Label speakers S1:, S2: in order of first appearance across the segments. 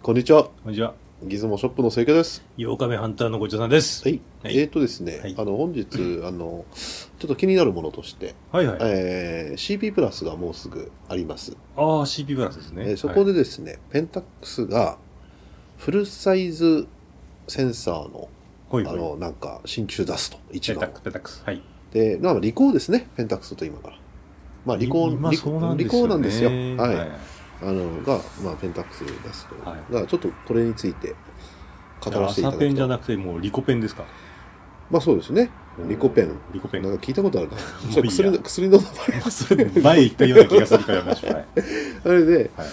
S1: こんにちは。
S2: こんにちは。
S1: ギズモショップの清家です。
S2: 8日目ハンターのごちそうさんです。
S1: はい。
S2: はい
S1: えーとですね、
S2: はい
S1: あの、本日、 あの、ちょっと気になるものとして、
S2: はいはい。
S1: えー CP プラスがもうすぐあります。
S2: ああ、CP プラスですね。
S1: えーそこでですね、ペンタックスが、フルサイズセンサーの、
S2: はい、
S1: あ
S2: はいはい。
S1: の、なんか、新中出すと、一
S2: ペタッ
S1: 番
S2: ク。ス、ペタックス。はい。
S1: で、まあ、リコーですね、ペンタックスと今から。まあ、リコー、
S2: 今
S1: リ
S2: そうなん
S1: リ
S2: ですよ、ね。
S1: コーなんですよ。はい。
S2: はい。
S1: あの、が、まあ、ペンタックス出すと。
S2: はい
S1: だからちょっとこれについて、語らせていた
S2: 朝
S1: だ
S2: ペ
S1: き
S2: ンじ
S1: た
S2: ゃ
S1: い。
S2: なくて、もうリコペンですか。
S1: まあ、そうですね。リコペン。
S2: リコペ
S1: な
S2: ン。
S1: んか聞いたことあるな。
S2: いい
S1: そ
S2: や
S1: れ薬の薬の名
S2: それ前言ったような気がするからやめ ましょう。はい。
S1: 前。あれで、
S2: はい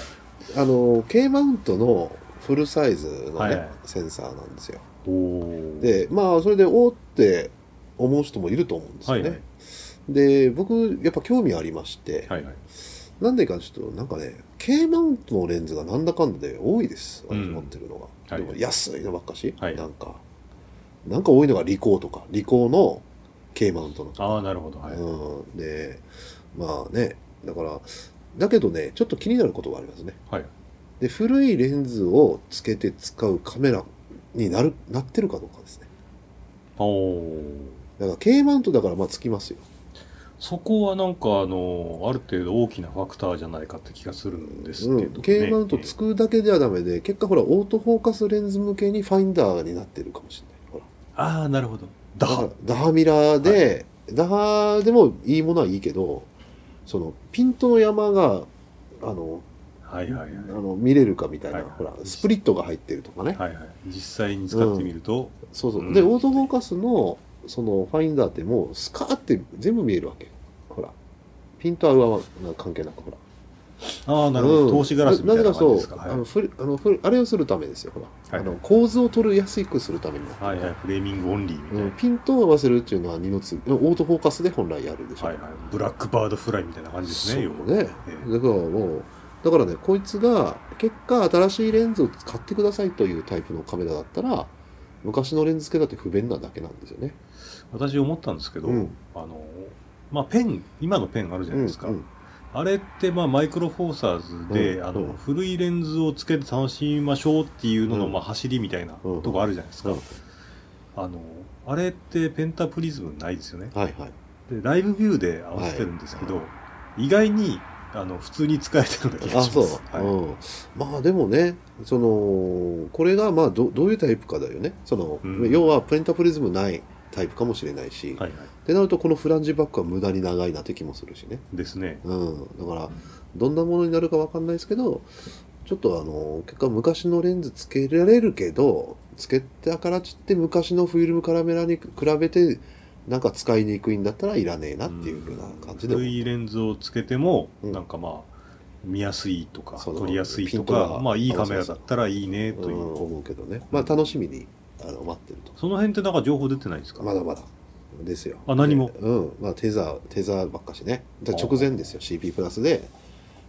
S1: あの、K マウントのフルサイズのね、
S2: はいはい
S1: センサーなんですよ。
S2: おー。
S1: で、まあ、それで、おーって思う人もいると思うんです
S2: は
S1: よ
S2: い、
S1: ね。
S2: はい。
S1: で、僕、やっぱ興味ありまして、
S2: はいはい。
S1: なんでかちょっと、なんかね、K マウントのレンズがなんだかんだで多いです、私持ってるのが。
S2: は
S1: で
S2: い
S1: も安いのばっかし、
S2: はい
S1: なんか、なんか多いのがリコーとか、リコーの K マウントの
S2: ああ、なるほど。はい。
S1: うん、でまあねだからだけどねちょっと気になることがありますね
S2: はい。
S1: で古いレンズをつけて使うカメラになるなってるかどうかですね
S2: おー。
S1: だから K マウントだからまあつきますよ
S2: そこはなんかあのある程度大きなファクターじゃないかって気がするんですけど、ね
S1: うん、K マウントつくだけではダメで結果ほらオートフォーカスレンズ向けにファインダーになってるかもしれないほら
S2: ああなるほどだ
S1: だからダハミラーで、ダハでもいいものはいいけどそのピントの山があの
S2: はいはいはい
S1: あの見れるかみたいな、
S2: はいはい
S1: ほらスプリットが入ってるとかね、
S2: はいはい、実際に使ってみると、
S1: そうそう、
S2: うん
S1: でオートフォーカスのそのファインダーってもうスカーって全部見えるわけほらピント合うは関係なくほら
S2: ああなるほど、
S1: うん
S2: 投資ガラスみたいな
S1: ぜかそ
S2: 感
S1: う
S2: じですか
S1: あ
S2: は
S1: のふりあのふりあれをするためですよほら、
S2: は
S1: あ
S2: い
S1: の構図を取りやすくするためになって
S2: い、はい
S1: る
S2: はい、フレーミングオンリーみたいな、
S1: うん、ピントを合わせるっていうのは二の次オートフォーカスで本来やるでしょ、
S2: はいはい、ブラックバードフライみたいな感じですね
S1: そうねだか
S2: ええ
S1: らもうだからねこいつが結果新しいレンズを買ってくださいというタイプのカメラだったら昔のレンズ付けだって不便なだけなんですよね
S2: 私思ったんですけど、
S1: うん
S2: あのまあペン今のペンあるじゃないですか、
S1: うんうん
S2: あれってまあマイクロフォーサーズで、
S1: うん
S2: あ
S1: うん
S2: の古いレンズをつけて楽しみましょうっていうのの
S1: うん
S2: まあ走りみたいな
S1: うん
S2: とこあるじゃないですか、
S1: うん
S2: あのあれってペンタプリズムないですよね
S1: はいはい
S2: でライブビューで合わせてるんですけど、意外にあの普通に使えてるような気が
S1: あ
S2: し
S1: そう、
S2: ますはい
S1: うん、まあでもねそのこれがまあどどういうタイプかだよねその、
S2: うん
S1: 要はプレンタプリズムないタイプかもしれないし、
S2: はいは
S1: ってなるとこのフランジバックは無駄に長いなって気もするしね、
S2: い、ですね。
S1: うん、だからどんなものになるかわかんないですけどちょっとあの結果昔のレンズつけられるけどつけたからちって昔のフィルムカメラに比べてなんか使いにくいんだったらいらねえなっていうふうな感じで
S2: 古いレンズをつけても、
S1: うん
S2: なんかまあ見やすいとか
S1: そう
S2: 撮りやすいと
S1: ピント
S2: か
S1: が
S2: まあいいカメラだったらいいねと
S1: う
S2: い
S1: ん
S2: う、
S1: 思うけどねまあ楽しみにあの待ってると。
S2: その辺ってなんか情報出てないですか、
S1: まだまだですよ。
S2: あ何も
S1: でうん。まあ、テザー、テザーばっかしね。だから直前ですよ。CP プラスで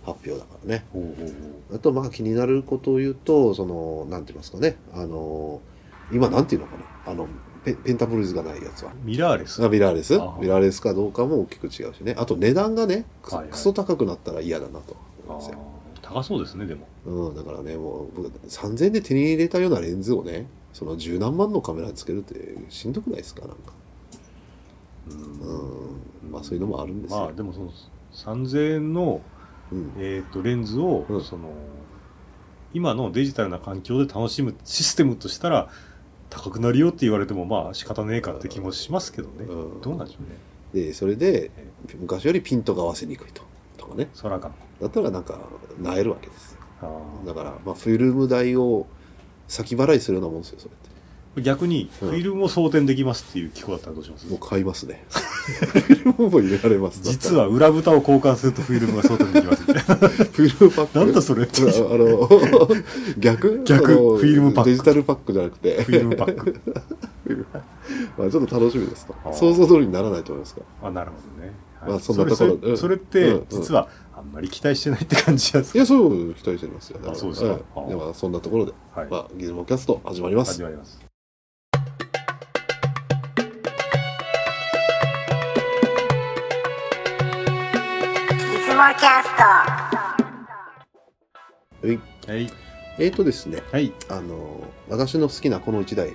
S1: 発表だからね。
S2: ほうほう
S1: あと、まあ、気になることを言うと、その、なんて言いますかね。あの、今、なんて言うのかな。あの、ペペンタブルズがないやつは
S2: ほう。ミラーレス
S1: あミラーレス
S2: あ
S1: ミラーレスかどうかも大きく違うしね。あと、値段がね、く
S2: はいはい
S1: クソ高くなったら嫌だなと思
S2: あ
S1: うんですよ。
S2: ー高そうですねでも
S1: うん、だからね、もう、僕3000円で手に入れたようなレンズをね、その十何万のカメラにつけるってしんどくないですかなんか。うん、まあそういうのもあるんですよ。
S2: まあでもその3000円の、
S1: うん、
S2: えー、とレンズを、
S1: うん
S2: その今のデジタルな環境で楽しむシステムとしたら高くなるよって言われてもまあ仕方ねえかって気もしますけどね、
S1: うん
S2: どうなんでしょうね
S1: でそれで昔よりピントが合わせにくいととかね
S2: 空が
S1: だったらなんかなえるわけですよ
S2: あー
S1: だから、まあ、フィルム代を先払いするようなもんですよそれっ
S2: 逆に
S1: う
S2: フ
S1: ん
S2: ィルムを装填できますっていう機構だったらどうします、
S1: てもう買います ねフィルムも入れられます
S2: 実は裏蓋を交換するとフィルムが装填できますみ たいな
S1: だったらフィルムパック
S2: なんだそれってフ
S1: あの 逆
S2: 逆
S1: その
S2: フィルムパック
S1: デジタルパックじゃなくて
S2: ィルムパック
S1: まあちょっと楽しみですと
S2: あー
S1: 想像通りにならないと思いますが
S2: あなるほどね、はい
S1: まあそんなところ
S2: それそ
S1: う
S2: れ
S1: ん
S2: それって
S1: うん
S2: 実はあんまり期待してないって感じなんです
S1: い
S2: け
S1: やそう期待してますよだら
S2: あそうですか
S1: はい
S2: あー
S1: ではそんなところで、
S2: ど、はい
S1: まあ、ギズモキャスト始まります
S2: 始まります
S3: いつもキャスト
S1: はい
S2: はい
S1: ええーとですね、
S2: はい。
S1: あの私の好きなこの1台、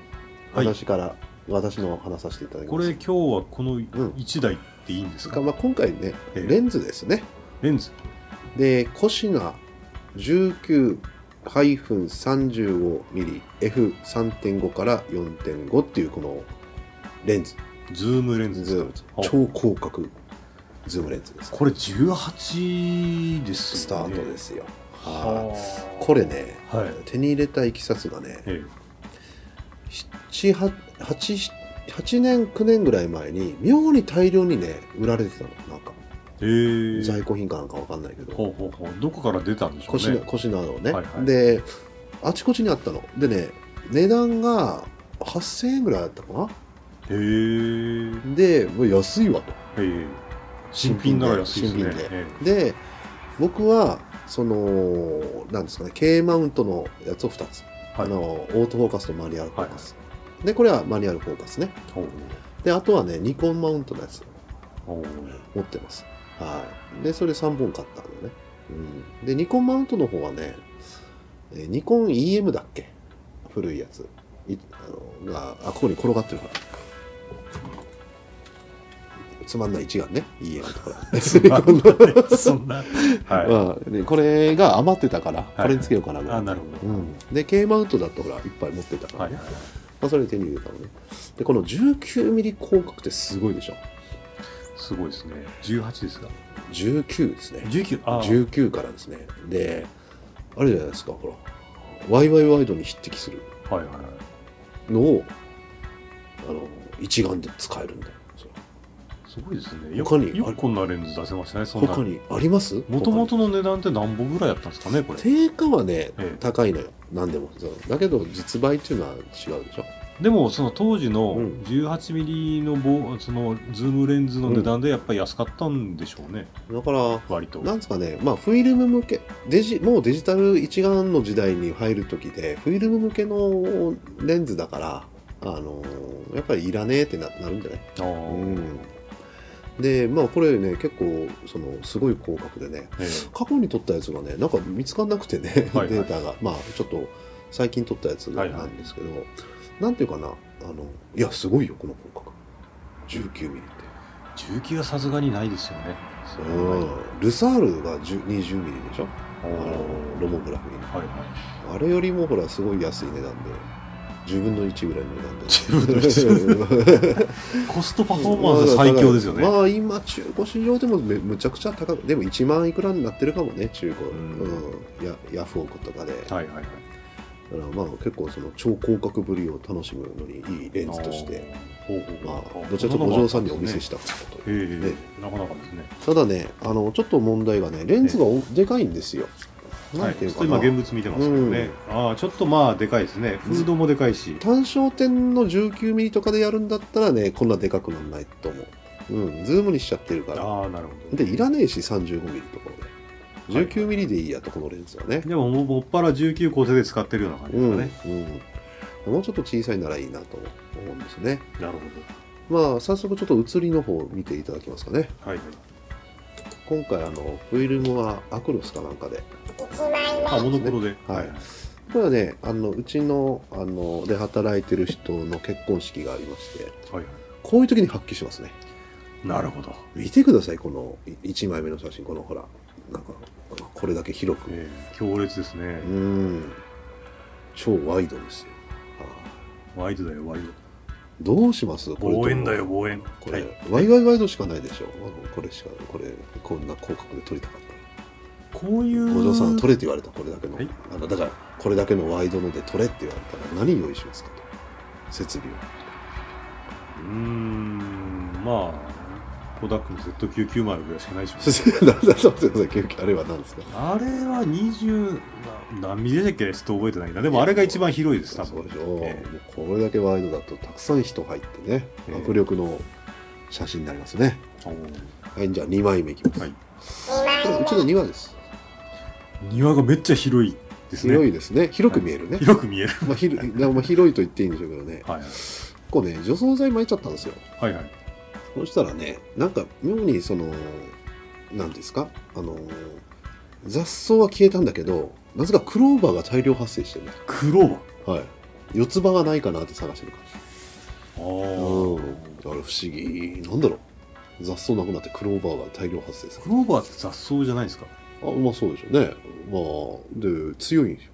S2: はい
S1: 私から私の話させていただき
S2: こ
S1: ます
S2: れ今日はこの1台っていいんですか、
S1: まあ、今回ね
S2: ええ
S1: レンズですね
S2: レンズ。
S1: でコシナ 19-35mmF3.5 から4.5っていうこのレンズ
S2: ズームレンズです
S1: ズー
S2: か
S1: ム
S2: はあ
S1: 超広角ズームレンズです
S2: これ18ですね。
S1: スタートですよ、は
S2: はい
S1: これね
S2: あ。はい。
S1: 手に入れたいきさつがね
S2: え
S1: 7 8 8 8年9年ぐらい前に妙に大量にね売られてたのなんか
S2: え。えー
S1: 在庫品かなんかわかんないけど、
S2: ほうほうほう。どこから出たんでしょう
S1: コシナ
S2: ね。
S1: コシナのね、
S2: はいはい
S1: であちこちにあったのでね値段が8000円ぐらいだったかな
S2: へえー。
S1: でもう安いわと
S2: えー新品なら安いですね。
S1: 新品で
S2: え
S1: で僕はそのなんですかね K マウントのやつを2つ、
S2: えはい
S1: あのオートフォーカスとマニュアルフォーカス、でこれはマニュアルフォーカスね
S2: ほう
S1: であとはねニコンマウントのやつ
S2: ほう
S1: 持ってますはいでそれ3本買ったのね、うん、でニコンマウントの方はねえーニコン EM だっけ古いやついあのがあここに転がってるからつまんない一眼ね EM とか
S2: そんな そんな。は
S1: うんでこれが余ってたからこれにつけようかなぐ
S2: い。
S1: らい
S2: あ、なるほど。
S1: うん、で K マウントだとほらいっぱい持ってたから
S2: はい
S1: ね、
S2: はい。
S1: まあ、それで手に入れたのねでこの 19mm 広角ってすごいでしょ
S2: すごいですね。18ですか。
S1: 19ですね
S2: 19、あー
S1: 19からですねであれじゃないですかほらワイワイワイドに匹敵する
S2: はいはいはい。
S1: のをあの一眼で使えるんだよそれ
S2: すごいですね。よ
S1: 他に
S2: よくこんなレンズ出せましたね、そんな。
S1: 他にあります
S2: もともとの値段って何本ぐらいだったんですかね、これ。
S1: 定価はね
S2: え
S1: 高いのよ何でもそうだけど実売っていうのは違うでしょ
S2: えでも、その当時の
S1: うん
S2: 18ミリの棒、そのズームレンズの値段でやっぱり安かったんでしょうね、
S1: だから
S2: 割と。
S1: なんですかねまあフィルム向けデジもうデジタル一眼の時代に入る時でフィルム向けのレンズだからあのやっぱりいらねえってななるんじゃない
S2: あー
S1: うん、でまあこれね結構そのすごい広角でね
S2: え
S1: 過去に撮ったやつがねなんか見つかんなくてね、
S2: はいはい
S1: データがまあちょっと最近撮ったやつなんですけど、なんていうかなあのいやすごいよこの広角 19mm って、
S2: え重機がさすがにないですよね。
S1: うん、ルサールが 20mm でしょ
S2: お
S1: あの
S2: ー
S1: ロモグラフィーの
S2: はいは
S1: あれよりもほらすごい安い値段で10分の1ぐらいの値段で
S2: 10分 のい。コストパフォーマンス最強ですよね。
S1: まあ今中古市場でもめむちゃくちゃ高くでも1万いくらになってるかもね中古、う
S2: うんん
S1: やヤフオクとかで、
S2: はいはいはい。
S1: だからまあ結構その超広角ぶりを楽しむのにいいレンズとして
S2: あー。ほうほう
S1: ま
S2: ほう
S1: あどちらかというとお嬢さんにお見せしたかったという
S2: ええ
S1: ね
S2: なかなかですね。
S1: ただねあのちょっと問題がねレンズがおでかいんですよ、な
S2: は
S1: ん
S2: い、
S1: て
S2: ち
S1: い
S2: ょ
S1: う
S2: っ
S1: か
S2: と
S1: な
S2: 今現物見てますけどね、ああちょっとまあでかいですねフードもでかいし、
S1: 単焦点の 19mm とかでやるんだったらねこんなでかくならないと思う、うん、ズームにしちゃってるから
S2: ああなるほど
S1: でいらねえし 35mm とか
S2: は
S1: 俺
S2: い
S1: 19mm でいいやとこのレンズはね、
S2: でももうもっぱら19個手で使ってるような感じですかね、
S1: うんうん、もうちょっと小さいならいいなと思うんですね
S2: なる
S1: まあ早速ちょっと写りの方を見ていただきますかね
S2: ほどはい
S1: 今回あのフィルムはアクロスかなんかで
S2: あモノクロで、
S1: はいこれはねあのうちのあので働いてる人の結婚式がありまして
S2: はいは
S1: こういう時に発揮しますね
S2: いなるほど、
S1: 見てくださいこの1枚目の写真このほらなんかこれだけ広く
S2: ええ強烈ですね
S1: う、ん超ワイドですよはい
S2: ワイドだよワイ
S1: どうします
S2: ド望遠だよ望遠
S1: これ、
S2: はい
S1: ワイワイワイドしかないでしょあのこれしかこれこんな広角で撮りたかった
S2: こういう
S1: お嬢さん撮れって言われたこれだけの,、
S2: はい
S1: あのだからこれだけのワイドので撮れって言われたら何用意しますかと設備を
S2: うーんまあコダックの Z990 ぐらいしかないでしょ
S1: だだだそうそう結局あれは何ですか
S2: あれは20な何ミリでしたっけちょっと覚えてないなでもあれが一番広いです多
S1: そう
S2: 分
S1: でしょ、
S2: ええ
S1: もうこれだけワイドだとたくさん人入ってね
S2: ええ
S1: 迫力の写真になりますね、
S2: おー
S1: はいじゃあ2枚目いきます、
S2: はい
S1: これうちの庭です
S2: 庭がめっちゃ広いですね。
S1: 広いですね広く見えるね、
S2: 広く見える。
S1: まあ、ひるまあ広いと言っていいんでしょうけどね
S2: はい
S1: 結構ね除草剤撒いちゃったんですよ
S2: はいはい。
S1: そしたらね、なんか妙にその、なんですか、あのー、雑草は消えたんだけど、なぜかクローバーが大量発生してるね
S2: クローバー
S1: はい四つ葉がないかなって探してる感じ
S2: あ
S1: うん
S2: ー
S1: あれ不思議なんだろう雑草なくなってクローバーが大量発生する
S2: クローバーって雑草じゃないですか
S1: あまあそうでしょうねまあで強いんですよ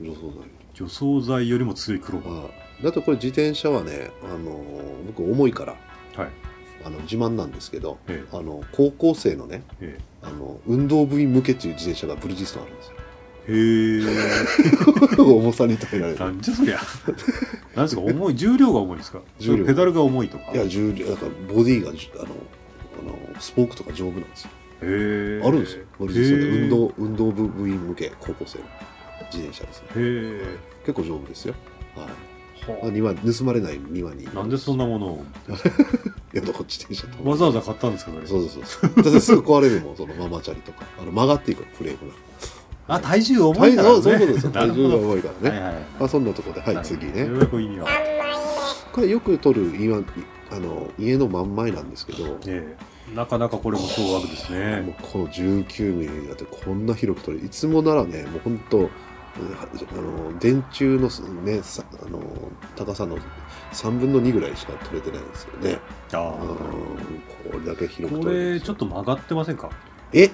S1: 除草剤
S2: 除草剤よりも強いクローバ
S1: はいだとこれ自転車はね、あのー僕重いから
S2: ーはい
S1: あの自慢なんですけど、
S2: え
S1: あの高校生のね
S2: え
S1: あの運動部員向けっていう自転車がブルジストンあるんですよ
S2: えへ
S1: 重さに耐えられ
S2: えな
S1: る
S2: んじゃそ りゃなんですか重い重量が重いんですか
S1: 重量
S2: それペダルが重いとか
S1: いや重量なんかボディがじあのあのスポークとか丈夫なんですよ
S2: へえ
S1: あるんですよブルジストンで
S2: へえ
S1: 運動運動部部員向け高校生の自転車ですね
S2: へえ
S1: 結構丈夫ですよはいあ
S2: は
S1: 庭盗まれない庭に
S2: あなんでそんなものを
S1: いやだから自転車と
S2: わざわざ買ったんですかそれ
S1: そうそうそうだってすぐ壊れるもんそのママチャリとかあの曲がっていくフレームが
S2: あ体重重いからね
S1: そういうことですよ
S2: なる
S1: 体重
S2: ほ
S1: が
S2: ど
S1: 重いからね、
S2: はいはい
S1: まあ、そんなところではい
S2: なるほど
S1: 次
S2: よう
S1: ね
S2: やく意味は
S1: これよく撮る家あの家の真ん前なんですけど、
S2: ええなかなかこれも凶悪です
S1: もう
S2: ね
S1: この19ミリになってこんな広く撮るいつもならねもうほんとうんあの電柱のすねさあの高さの3分の2ぐらいしか撮れてないんですよね
S2: あ
S1: あー
S2: あ
S1: これだけ広く
S2: こ
S1: 撮れるん
S2: れ
S1: です
S2: ちょ
S1: よ
S2: っと曲がってませんか
S1: え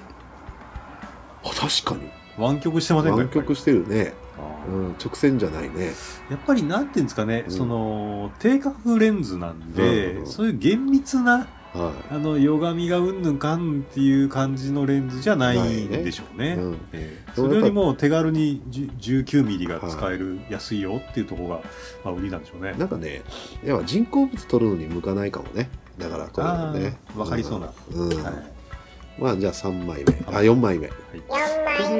S1: あ確かに
S2: 湾曲してませんかや
S1: 湾
S2: っぱり
S1: 曲してるね、
S2: あ
S1: うん、直線じゃないね
S2: あやっぱりなんていうんですかね、
S1: うん
S2: その定格レンズなんで、
S1: うんうん
S2: そういう厳密な
S1: は
S2: あの歪みがうんぬんかんっていう感じのレンズじゃないんでしょう
S1: い、
S2: ね
S1: うん、
S2: ええ
S1: でも
S2: それ
S1: やっぱ
S2: よりも手軽に19ミリが使える、安いよっていうところが、まあ、売りなんでしょうね
S1: なんかね、やっぱ人工物取るのに向かないかもね。だからこれ
S2: あ
S1: ね。
S2: あわかりそうな、
S1: うん。うん
S2: はい、
S1: まあじゃあ3枚目。あ、4枚目。これ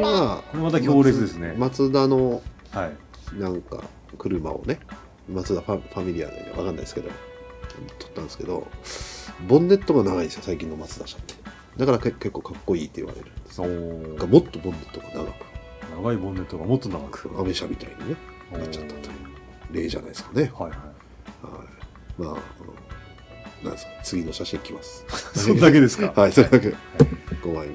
S1: は、
S2: これまた強烈ですね、
S1: マツダの
S2: はい
S1: なんか車をね、マツダファファミリアでわかんないですけど、取ったんですけど、ボンネットが長いんですよ、最近のマツダ車って。だからけ結構かっこいいって言われるんです
S2: お
S1: よ。
S2: ー
S1: なんかもっとボンネットが長
S2: 長いボンネットがもっと長く
S1: く、アメ車みたいにね、なっちゃったという例じゃないですかね。
S2: はいはい
S1: はい。まあ、あのなんですか、次の写真きます。
S2: それだけですか
S1: はい、それだけ。5枚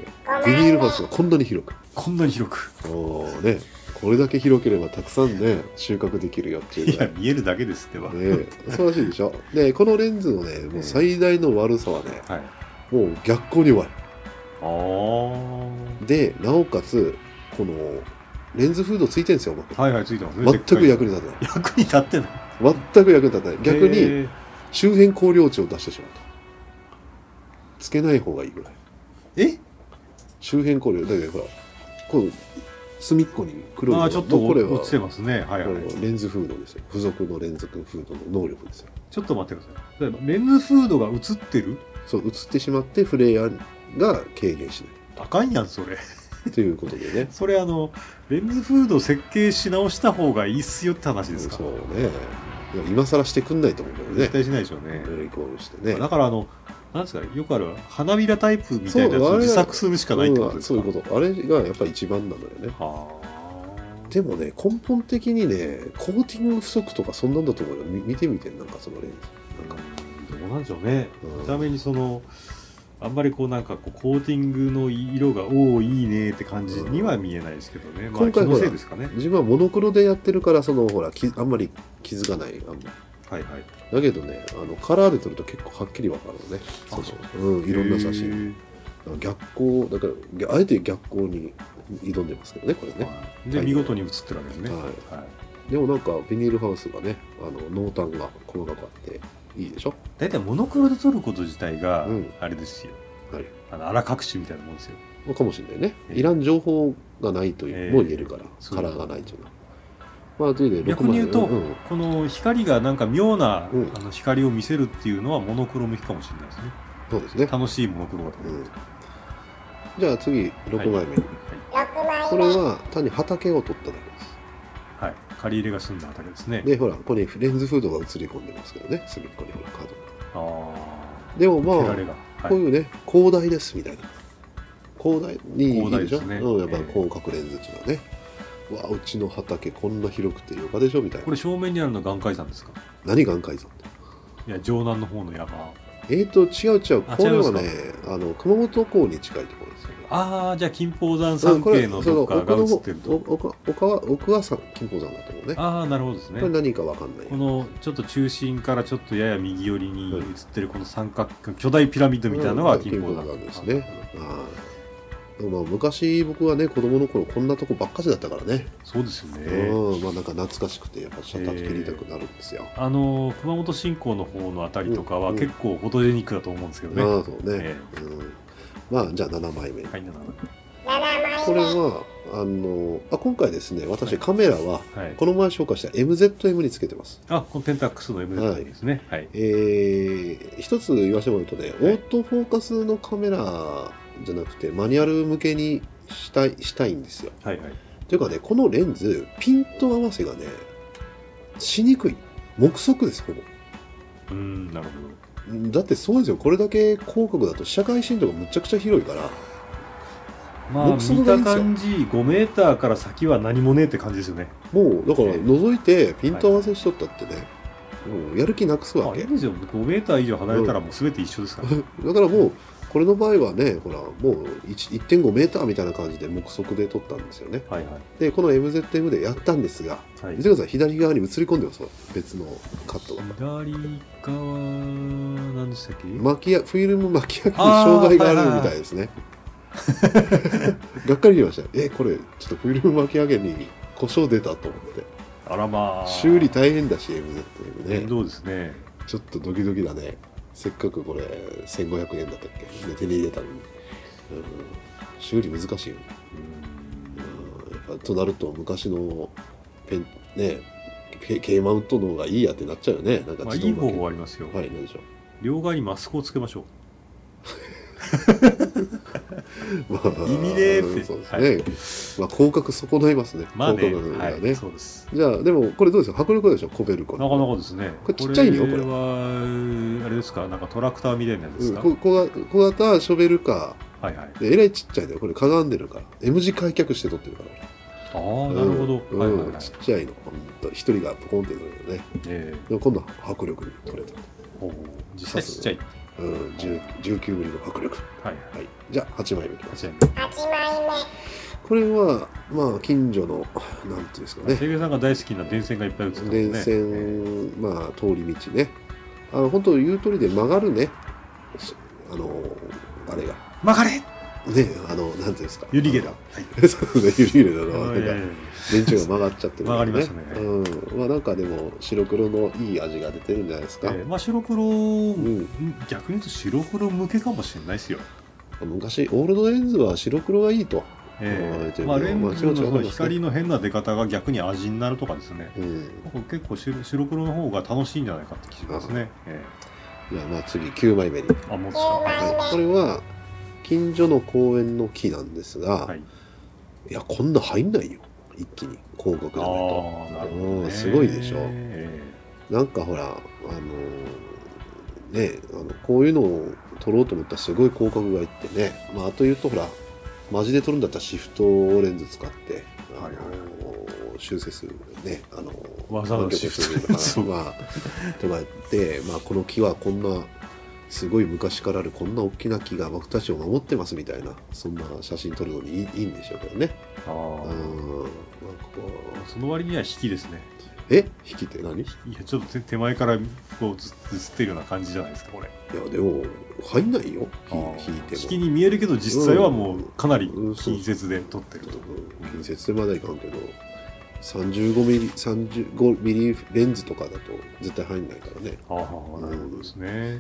S1: 目。ビニールハウスがこんなに広く。
S2: こんなに広く
S1: おーね、これだけ広ければたくさんね、収穫できるよっていう
S2: い
S1: ぐら
S2: や
S1: い。
S2: 見えるだけですってば、
S1: ね、素晴らしいでしょ。で、このレンズのね、もう最大の悪さはね、
S2: はい
S1: もう逆光に弱い。
S2: ああ
S1: で、なおかつ、この、レンズフードついてるんですよ、僕
S2: はいはいついてますね
S1: 全く
S2: でっ
S1: 役
S2: か
S1: に立たない。
S2: い役に立ってない
S1: 全く役に立たない。逆
S2: へ
S1: に、
S2: ー
S1: 周辺光量値を出してしまうと。つけない方がいいぐらい。
S2: え
S1: 周辺光量だけどほらこう隅っこに黒いのが
S2: ああちょっと
S1: これは
S2: 落ちてますねはい
S1: こ
S2: はい
S1: れはレンズフードですよ付属のレンズフードの能力ですよ
S2: ちょっと待ってくださいレンズフードが映ってる
S1: そう映ってしまってフレイヤーが軽減しな
S2: あかんやんそれ
S1: いということでね
S2: それあのレンズフード設計し直した方がいいっすよって話ですか
S1: そうねいや今更してくんないと思うけどね
S2: 絶対しないでしょうね、
S1: イコールしてね
S2: だからあのなんですかよくある花びらタイプみたいなやつ
S1: そうあ
S2: を
S1: れ
S2: 自作するしかないってことです
S1: そ
S2: か
S1: ういうことあれがやっぱり一番なのよね
S2: はあ
S1: でもね根本的にねコーティング不足とかそんなんだと思うよみ見てみてなんかそのレンズなんか
S2: どうなんでしょうね、
S1: うん
S2: 見た目にそのあんまりこうなんかこうコーティングの色がおおいいねって感じには見えないですけどね、まあ
S1: 今
S2: 気
S1: 回
S2: の
S1: ほら
S2: せいですかね
S1: 自分はモノクロでやってるからそのほらきあんまり傷がないあんま
S2: はいはい
S1: だけどねあのカラーで撮ると結構はっきりわかるのね
S2: あ
S1: その、
S2: そう
S1: ん、いろんな写真逆光だからぎゃあえて逆光に挑んでますけどねこれ
S2: へー
S1: ね
S2: はいで見事に写ってるわけですね、
S1: はい
S2: はい
S1: でもなんかビニールハウスがねあの濃淡が細かくあっていいでしょ
S2: 大体モノクロで撮ること自体が
S1: うん
S2: あれですよ、
S1: はい
S2: あの荒隠しみたいなもんですよ
S1: まあかもしれないね
S2: ええ
S1: いらん情報がないという、
S2: ええ
S1: もう言えるから
S2: そう
S1: カラーがないというのはまあというで
S2: 逆に言うと
S1: んん
S2: この光がなんか妙な、
S1: うん
S2: あの光を見せるっていうのはモノクロ向きかもしれないですね
S1: そうですね
S2: 楽しいモノクロが撮れる、
S1: うんじゃあ次6枚目、
S3: 枚
S1: これは単に畑を撮っただけです
S2: はい借り入れが済んだ畑ですね
S1: でほらここにレンズフードが映り込んでますけどね隅っこにほらカード
S2: ああ
S1: でも
S2: 手
S1: まあ
S2: られが、はい
S1: こういうね広大ですみたいな広大にいい
S2: 広大
S1: でしょ
S2: ですね
S1: うんやっぱり
S2: ええ
S1: 広角レンズっていうのはね、わあうちの畑こんな広くてよかでしょみたい
S2: こ
S1: な
S2: れ正面にあるのは眼海山ですか
S1: 何が眼界山って
S2: いや城南の方の山
S1: えーと違う違う
S2: あ
S1: これは
S2: 違い
S1: ねあの熊本港に近いところですよ
S2: ああ、じゃあ金峰山山系のどっかが映ってると。
S1: 奥は奥はさ金峰山だと思うね
S2: ああ、なるほどですね
S1: これ。何かわかんない
S2: このちょっと中心からちょっとやや右寄りに映ってるこの三角形巨大ピラミッドみたいなのが金峰山、
S1: うんですねはいでもまあ昔僕はね子供の頃こんなとこばっかしだったからね、
S2: そうですよね。
S1: うんまあなんか懐かしくてやっぱシャッター切りたくなるんですよ、
S2: あの熊本新港の方のあたりとかは
S1: うん
S2: 結構フォトジェニックだと思うんですけどね。
S1: ああそうね、
S2: え
S1: うん、まあじゃあ7枚目、
S2: えはい、なるほ
S1: これはあのあ今回ですね
S2: は
S1: 私
S2: い
S1: カメラは
S2: どはい。
S1: この前紹介した MZM につけてます
S2: あ、このペンタックスの M
S1: はい
S2: ですね。はい。
S1: えー、一つ言わせてもらうとね、
S2: はい
S1: オートフォーカスのカメラじゃなくてマニュアル向けにしたいしたいんですよ
S2: はいはい。
S1: というかねこのレンズピント合わせがねしにくい目測ですほぼ
S2: うーん、なるほど。
S1: だってそうですよこれだけ広角だと社会深度がむちゃくちゃ広いから
S2: まあ、
S1: 目測
S2: 見
S1: がいい
S2: た
S1: んですよ
S2: 感じ、5メーターから先は何もねえって感じですよね。
S1: もうだから
S2: ええ
S1: 覗いてピント合わせしとったってね、もうやる気なくすわ
S2: あ、い
S1: け
S2: いですよ。5メーター以上離れたらもう全て一緒ですから。
S1: だからもうこれの場合はねほらもう1 1.5メーターみたいな感じで目測で撮ったんですよね
S2: はいは
S1: でこの MZM でやったんですが
S2: い。はい
S1: 見てください左側に映り込んでますわ別のカットが
S2: 左側なんでしたっけ、
S1: 巻きやフィルム巻き上げに
S2: あー
S1: 障害があるみたいですね がっかりしましたえこれちょっとフィルム巻き上げに故障出たと思って
S2: あらまあ
S1: 修理大変だし MZM ね
S2: 面倒ですね
S1: ちょっとドキドキだね。せっかくこれ1500円だったっけ、ね手に入れたのに。うん、修理難しいよね、うんやっぱとなると昔のペン、ね、K, K マウントの方がいいやってなっちゃうよね。なんか
S2: まあ、
S1: 自
S2: いい
S1: 動
S2: 方
S1: だけ
S2: 法はありますよ、
S1: はい、なんでしょ
S2: 両側にマスクをつけましょ
S1: う。まあ、
S2: 意味ねーって
S1: そうですね。まあ、広角損ないますね。
S2: うまあね
S1: 広角が
S2: は
S1: ね。
S2: いそうです
S1: じゃあ、でもこれどうですか迫力でしょコベルコの。
S2: なかなかですね
S1: これちっちゃいよこれ
S2: はあれですかなんかトラクターみたいなやつで
S1: う
S2: す
S1: ん、
S2: か、
S1: こ小型小型ショベルカ
S2: はいはい
S1: ーでえらいちっちゃいんだよこれかがんでるから M 字開脚して撮ってるから
S2: ああなるほど、
S1: うん
S2: はいはいはい
S1: ちっちゃいのほんと一人がポコンって取れるよね
S2: え
S1: でも今度は迫力に取れた、
S2: えほうほう実際ちっちゃい
S1: うん、10 19ミリの迫力
S2: はいはい
S1: はいじゃあ8枚目いき
S2: こ
S1: ます
S2: ちらに
S1: これはまあ近所のなんていうんですかね
S2: 清家さんが大好きな電線がいっぱい映ってますね
S1: 電
S2: え
S1: 線、まあ通り道ねあの本当言う通りで曲がるねしあのあれが
S2: え曲がれ
S1: ねあのなんていうんですか
S2: ユリゲだ、
S1: そうねゆりげだのなんか
S2: え
S1: 電柱が曲がっちゃってるからね
S2: 曲がりましたね
S1: うんまあなんかでも白黒のいい味が出てるんじゃないです
S2: え
S1: か、
S2: ええまあ白黒、
S1: うん
S2: 逆に言うと白黒向けかもしれないですよ。
S1: 昔オールドレンズは白黒がいいと、
S2: ええ
S1: うん
S2: まあ、レンズ
S1: まあ
S2: の
S1: 気持ち
S2: そ
S1: わか
S2: の
S1: りますね
S2: 光の変な出方が逆に味になるとかですね。
S1: うん、
S2: 僕結構白白黒の方が楽しいんじゃないかって気がしますね。え
S1: じゃあまあ次9枚目に、は、
S2: えあ、もうですか。はい
S1: これは近所の公園の木なんですが、、
S2: い。はいい、
S1: やこんな入んないよ一気に広角じゃないと
S2: ああ、なるほど、
S1: う
S2: ね。
S1: んすごいでしょ
S2: え
S1: なんかほらあのーねあのこういうのを撮ろうと思ったらすごい広角がいってねまああと言うとほらマジで撮るんだったらシフトレンズ使って、あのー修正するねあのー
S2: わざわざシフトレンズ
S1: ま あそうまあ、とかやって、まあ、この木はこんなすごい昔からあるこんな大きな木が僕たちを守ってますみたいなそんな写真撮るのにいいいいんでしょうけどね
S2: えああ、
S1: うん、まあ、ここ
S2: その割には引きですね。
S1: え引きって何い
S2: いや、ちょっと手手前からこうずずってるような感じじゃないですか、これ。
S1: やでも入んないよ
S2: あ
S1: 引
S2: ー
S1: 引いても
S2: 引きに見えるけど、実際はもうかなり
S1: うんそう
S2: 近接で撮ってると。
S1: 近接でまだいかんけど35ミリ35ミリレンズとかだと絶対入んないからね
S2: ああ、なるほどですね。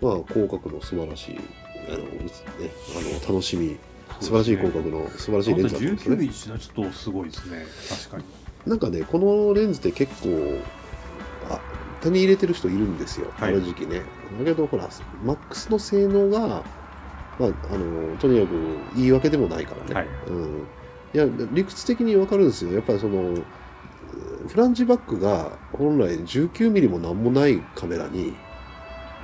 S1: まあ広角の素晴らしいあの、うつね、あの楽しみ素晴らしい広角の素晴らしいレンズだったんです
S2: 19
S1: ね
S2: インチなちょっとすごいですね。確かに。
S1: なんかねこのレンズって結構あ手に入れてる人いるんですよ、
S2: はい
S1: この時期ねだけどほらマックスの性能が、まあ、あのとにかく言い訳でもないからね、
S2: はい
S1: うん、いや理屈的にわかるんですよやっぱりそのうんフランジバックが本来 19mm も何もないカメラに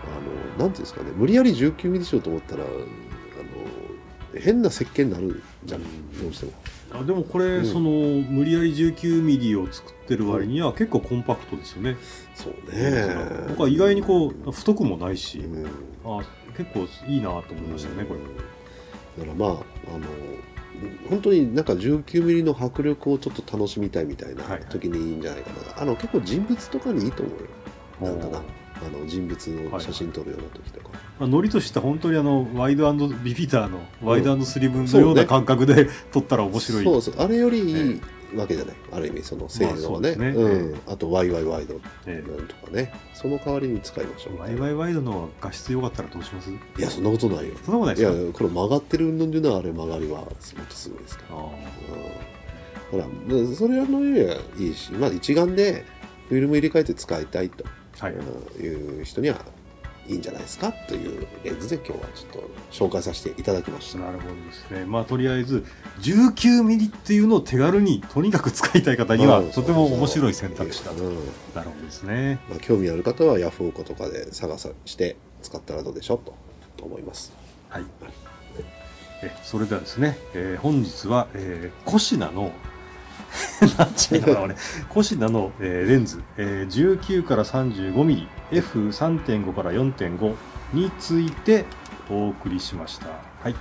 S1: あのなんていうんですかね無理やり 19mm しようと思ったらあの変な設計になるじゃんどうしても
S2: ああでもこれ、
S1: うん
S2: その無理やり19ミリを作ってる割には結構コンパクトですよね、
S1: そうね
S2: え僕は意外にこう太くもないし、
S1: うん、
S2: あ結構いいなと思いましたねこれ
S1: だからまああの本当になんか19ミリの迫力をちょっと楽しみたいみたいな
S2: はいはい
S1: 時にいいんじゃないかな、あの結構人物とかにいいと思うよなんかな
S2: もう
S1: あの人物の写真撮るような時とか、
S2: まあ、ノリとしては本当にあのワイドビビターの
S1: ん
S2: ワイドスリム
S1: そ
S2: の
S1: うね
S2: ような感覚で撮ったら面白い、
S1: そうそうあれよりいいわけじゃない、ある意味その性能はね,、
S2: まあそうですね
S1: うん、あとワイワイワイド
S2: え
S1: なんとかねその代わりに使いましょ
S2: え
S1: う
S2: ワイワイワイドの画質良かったらどうします
S1: いやそんなことないよ
S2: そんなことない
S1: い
S2: です
S1: や
S2: か
S1: これ曲がってる運動でのあれ曲がりはもっとすごいですから
S2: ああ
S1: うん、ほらそれらのよりはいいし、まあ、一眼でフィルム入れ替えて使いたいと
S2: はい
S1: いう人にはいいんじゃないですかというレンズで今日はちょっと紹介させていただきました。
S2: なるほどですねまあとりあえず19ミリっていうのを手軽にとにかく使いたい方には
S1: うん
S2: とても面白い選択肢だ
S1: う
S2: と
S1: ん
S2: なるほどですね
S1: まあ、興味ある方はヤフオクとかで探さして使ったらどうでしょうと思います。
S2: はいえそれではですね、えー本日は、えー、コシナの なんちゃいながら俺コシナの、えーレンズ、えー19から 35mmF3.5 から4.5についてお送りしました、はい、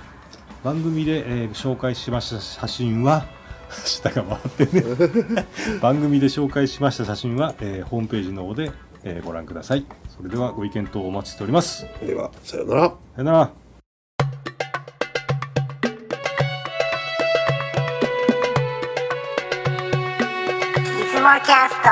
S2: 番組で、えー紹介しました写真は下が回ってね 番組で紹介しました写真は、えーホームページの方で、えーご覧くださいそれではご意見等お待ちしておりますさ
S1: ではさようなら。
S2: よなら
S3: いつもキャスト